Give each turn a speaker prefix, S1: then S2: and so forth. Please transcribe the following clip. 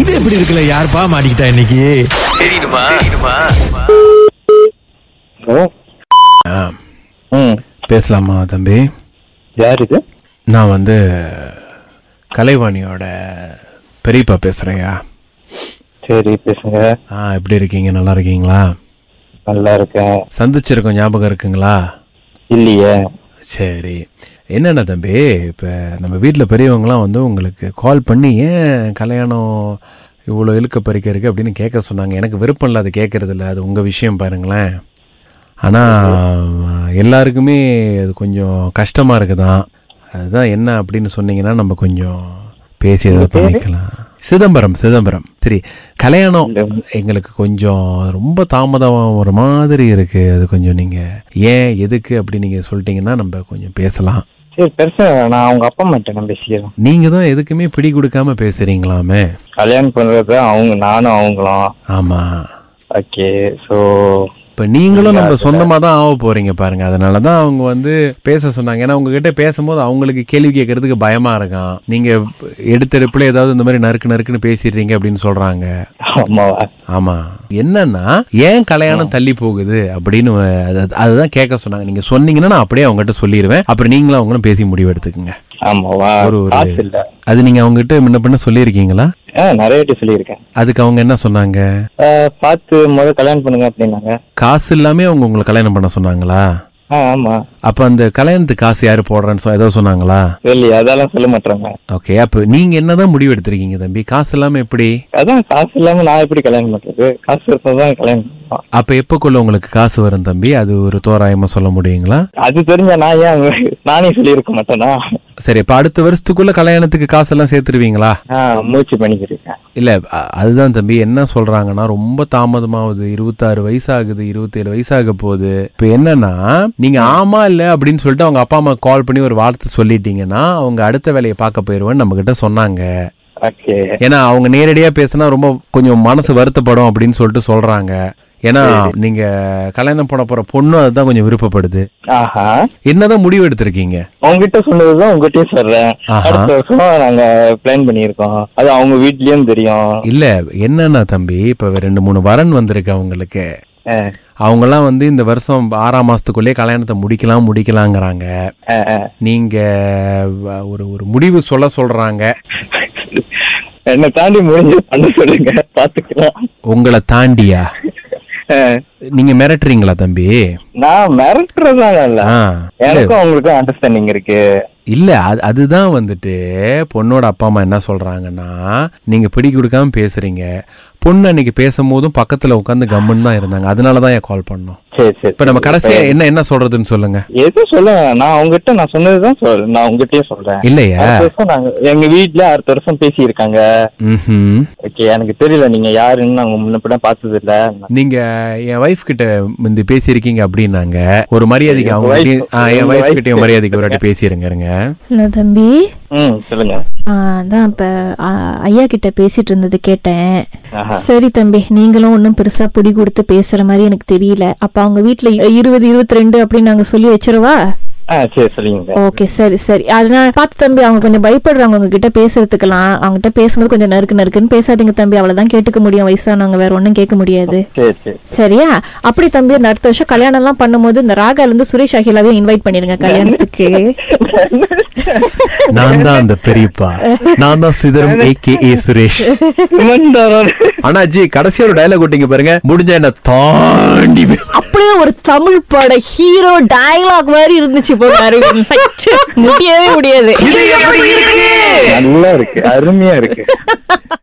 S1: இது எப்படி இருக்குல்ல யாருப்பா மாட்டிக்கிட்டா இன்னைக்கு
S2: ஹலோ
S1: ஆ,
S2: ம்
S1: பேசலாமா தம்பி
S2: யார் இது
S1: நான் வந்து கலைவாணியோட பெரியப்பா பேசுறேயா
S2: சரி பேசுங்க
S1: ஆ எப்படி இருக்கீங்க நல்லா இருக்கீங்களா
S2: நல்லா இருக்கேன்
S1: சந்திச்சிருக்கோம் ஞாபகம் இருக்குங்களா
S2: இல்லையே
S1: சரி என்னென்ன தம்பி இப்போ நம்ம வீட்டில் பெரியவங்களாம் வந்து உங்களுக்கு கால் பண்ணி ஏன் கல்யாணம் இவ்வளோ இழுக்க பறிக்க இருக்கு அப்படின்னு கேட்க சொன்னாங்க எனக்கு விருப்பம் இல்லை அது கேட்கறது இல்லை அது உங்கள் விஷயம் பாருங்களேன் ஆனால் எல்லாருக்குமே அது கொஞ்சம் கஷ்டமாக இருக்குதான் அதுதான் என்ன அப்படின்னு சொன்னீங்கன்னா நம்ம கொஞ்சம் பேசி ஏதாவது பண்ணிக்கலாம் சிதம்பரம் சிதம்பரம் சரி கல்யாணம் எங்களுக்கு கொஞ்சம் ரொம்ப தாமதம் ஒரு மாதிரி இருக்கு அது கொஞ்சம் நீங்க ஏன் எதுக்கு அப்படி நீங்க சொல்லிட்டீங்கன்னா நம்ம கொஞ்சம் பேசலாம்
S2: சரி பெருசா நான் அவங்க அப்பா அம்மாட்ட நான் பேசிக்கிறேன்
S1: நீங்க தான் எதுக்குமே பிடி கொடுக்காம பேசுறீங்களாமே
S2: கல்யாணம் பண்றது அவங்க நானும் அவங்களும்
S1: ஆமா
S2: ஓகே ஸோ
S1: இப்ப நீங்களும் நம்ம சொந்தமா தான் ஆக போறீங்க பாருங்க அதனால தான் அவங்க வந்து பேச சொன்னாங்க ஏன்னா உங்ககிட்ட பேசும்போது அவங்களுக்கு கேள்வி கேட்கறதுக்கு பயமா இருக்கான் நீங்க எடுத்தெடுப்புல ஏதாவது இந்த மாதிரி நறுக்கு நறுக்குன்னு பேசிடுறீங்க அப்படின்னு சொல்றாங்க
S2: ஆமாவா
S1: ஆமா என்னன்னா ஏன் கல்யாணம் தள்ளி போகுது அப்படின்னு அஹ், அது- அதுதான் கேட்க சொன்னாங்க நீங்க சொன்னீங்கன்னா நான் அப்படியே அவங்ககிட்ட சொல்லிடுவேன் அப்புறம் நீங்களும் அவங்களும் பேசி முடிவு எடுத்துக்கங்க
S2: ஆமாவா
S1: ஒரு
S2: காசு இல்ல
S1: ஒரு அது நீங்க அவங்ககிட்ட முன்ன பின்ன சொல்லியிருக்கீங்களா
S2: ஆ நிறைய வாட்டி சொல்லியிருக்கேன்
S1: அதுக்கு அவங்க என்ன சொன்னாங்க
S2: ஆ, பார்த்து முதல்ல கல்யாணம் பண்ணுங்க அப்படின்னாங்க
S1: காசு இல்லாமே அவங்க உங்களை கல்யாணம் பண்ண சொன்னாங்களா
S2: ஆ ஆமா
S1: அப்ப அந்த கல்யாணத்துக்கு காசு யாரு போடுறேன்னு சொ- ஏதோ சொன்னாங்களா
S2: வெளியே அதெல்லாம் சொல்ல மாட்டாங்க
S1: ஓகே அப்ப நீங்க என்னதான் முடிவு எடுத்திருக்கீங்க தம்பி காசு இல்லாம எப்படி
S2: அதான் காசு இல்லாம நான் எப்படி கல்யாணம் பண்றது காசு இருந்தாதான் கல்யாணம் பண்ணுவோம்
S1: அப்ப எப்பக்குள்ள உங்களுக்கு காசு வரும் தம்பி அது ஒரு தோராயமா சொல்ல முடியுங்களா
S2: அது தெரிஞ்ச நான் ஏன் நானே சொல்லியிருக்க மாட்டேனா
S1: சரி இப்ப அடுத்த வருஷத்துக்குள்ள கல்யாணத்துக்கு காசெல்லாம் சேர்த்துருவீங்களா
S2: ஆ, மூச்சு பண்ணிக்கிருக்கேன்
S1: இல்ல அ- அதுதான் தம்பி என்ன சொல்றாங்கன்னா ரொம்ப தாமதமாகுது இருபத்தாறு வயசாகுது இருபத்தேழு வயசாக போகுது இப்ப என்னன்னா நீங்க ஆமா இல்ல அப்படின்னு சொல்லிட்டு அவங்க அப்பா அம்மா கால் பண்ணி ஒரு வார்த்தை சொல்லிட்டீங்கன்னா அவங்க அடுத்த வேலையை பார்க்க போயிருவேன்னு நம்ம கிட்ட சொன்னாங்க
S2: ஓகே
S1: ஏன்னா அவங்க நேரடியா பேசினா ரொம்ப கொஞ்சம் மனசு வருத்தப்படும் அப்படின்னு சொல்லிட்டு சொல்றாங்க ஏன்னா நீங்க கல்யாணம் பண்ண போற பொண்ணும் அதுதான் கொஞ்சம் விருப்பப்படுது
S2: ஆஹா
S1: என்னதான் முடிவு எடுத்திருக்கீங்க
S2: உங்ககிட்ட சொன்னதுதான் உங்ககிட்டயும் சொல்றேன்
S1: ஆஹா.
S2: அடுத்த வருஷம் நாங்க பிளான் பண்ணியிருக்கோம் அது அவங்க வீட்லயும் தெரியும்
S1: இல்ல என்னன்னா தம்பி இப்ப ரெண்டு மூணு வரன் வந்திருக்கு அவங்களுக்கு
S2: ஆ,
S1: அவங்கெல்லாம் வந்து இந்த வருஷம் ஆறாம் மாசத்துக்குள்ளேயே கல்யாணத்தை முடிக்கலாம் முடிக்கலாங்கிறாங்க
S2: ஆ, ஆ.
S1: நீங்க வ- ஒரு ஒரு முடிவு சொல்ல சொல்றாங்க
S2: என்னை தாண்டி முடிஞ்சு பண்ண சொல்லுங்க பாத்துக்கலாம்
S1: உங்களை தாண்டியா
S2: ஆ,
S1: நீங்க மிரட்டுறீங்களா தம்பி
S2: நான் மிரட்டுறதாங்க இல்ல
S1: ஆ
S2: எனக்கும் அவங்களுக்கும் அண்டர்ஸ்டாண்டிங் இருக்கு
S1: இல்ல அது அதுதான் வந்துட்டு பொண்ணோட அப்பா அம்மா என்ன சொல்றாங்கன்னா நீங்க பிடி கொடுக்காம பேசுறீங்க பொண்ணு அன்னைக்கு பேசும்போதும் பக்கத்துல உட்காந்து கம்முன்னு தான் இருந்தாங்க அதனால தான் என் கால் பண்ணோம்
S2: சரி சரி
S1: இப்ப நம்ம கடைசியா என்ன என்ன சொல்றதுன்னு சொல்லுங்க
S2: எது சொல்ல நான் உங்ககிட்ட நான் சொன்னதுதான் சொல்றேன் நான் உங்ககிட்டயே சொல்றேன்
S1: இல்லையா
S2: அடுத்த வருஷம் நாங்க எங்க வீட்ல அடுத்த வருஷம் பேசி இருக்காங்க
S1: ம்ஹும்
S2: ஓகே எனக்கு தெரியல நீங்க யாருன்னு நாங்க முன்னப்பட பார்த்தது இல்ல
S1: நீங்க என் வைஃப் கிட்ட முந்தி பேசியிருக்கீங்க அப்படின்னாங்க ஒரு மரியாதைக்கு
S2: உங்க
S1: அவங்க
S2: wife-
S1: ஆ, என்
S2: உங்க
S1: வைஃப்
S2: wife
S1: கிட்டயும் மரியாதைக்கு ஒரு வாட்டி பேசிருங்க இருங்க
S3: ஹலோ தம்பி
S2: ம் சொல்லுங்க
S3: ஆ, அதான் இப்போ ஐயா கிட்ட பேசிட்டு இருந்தது கேட்டேன்
S2: ஆஹா.
S3: சரி தம்பி நீங்களும் ஒன்றும் பெருசா பிடி கொடுத்து பேசுற மாதிரி எனக்கு தெரியல அப்ப அவங்க வீட்ல இருபது இருபத்தி ரெண்டு அப்படின்னு நாங்க சொல்லி வச்சிருவா
S2: ஆ சரி சொல்லுங்க
S3: ஓகே சரி சரி அதனால பார்த்து தம்பி அவங்க கொஞ்சம் பயப்படுறாங்க உங்ககிட்ட பேசுறதுக்கெல்லாம் அவங்ககிட்ட பேசும்போது கொஞ்சம் நறுக்கு நறுக்குன்னு பேசாதீங்க தம்பி அவ்வளவுதான் கேட்டுக்க முடியும் வயசானவங்க வேற ஒன்றும் கேட்க முடியாது
S2: சரி சரி
S3: சரியா அப்படி தம்பி இந்த அடுத்த வருஷம் கல்யாணம் எல்லாம் பண்ணும்போது இந்த ராகால இருந்து சுரேஷ் அகிலாவையும் இன்வைட் பண்ணிருங்க கல்யாணத்துக்கு
S1: நான் தான் அந்த பெரியப்பா நான் தான் சிதறம் ஏ கே ஏ சுரேஷ்
S2: சுமந்தாரோட
S1: அண்ணாஜி கடைசியா ஒரு டயலாக் விட்டீங்க பாருங்க முடிஞ்ச என்ன தாண்டி போய்-
S3: அப்படியே ஒரு தமிழ் பட ஹீரோ டயலாக் மாதிரி இருந்துச்சு போங்க அரவிந்த். முடியவே முடியாது
S2: நல்லா இருக்கு அருமையா இருக்கு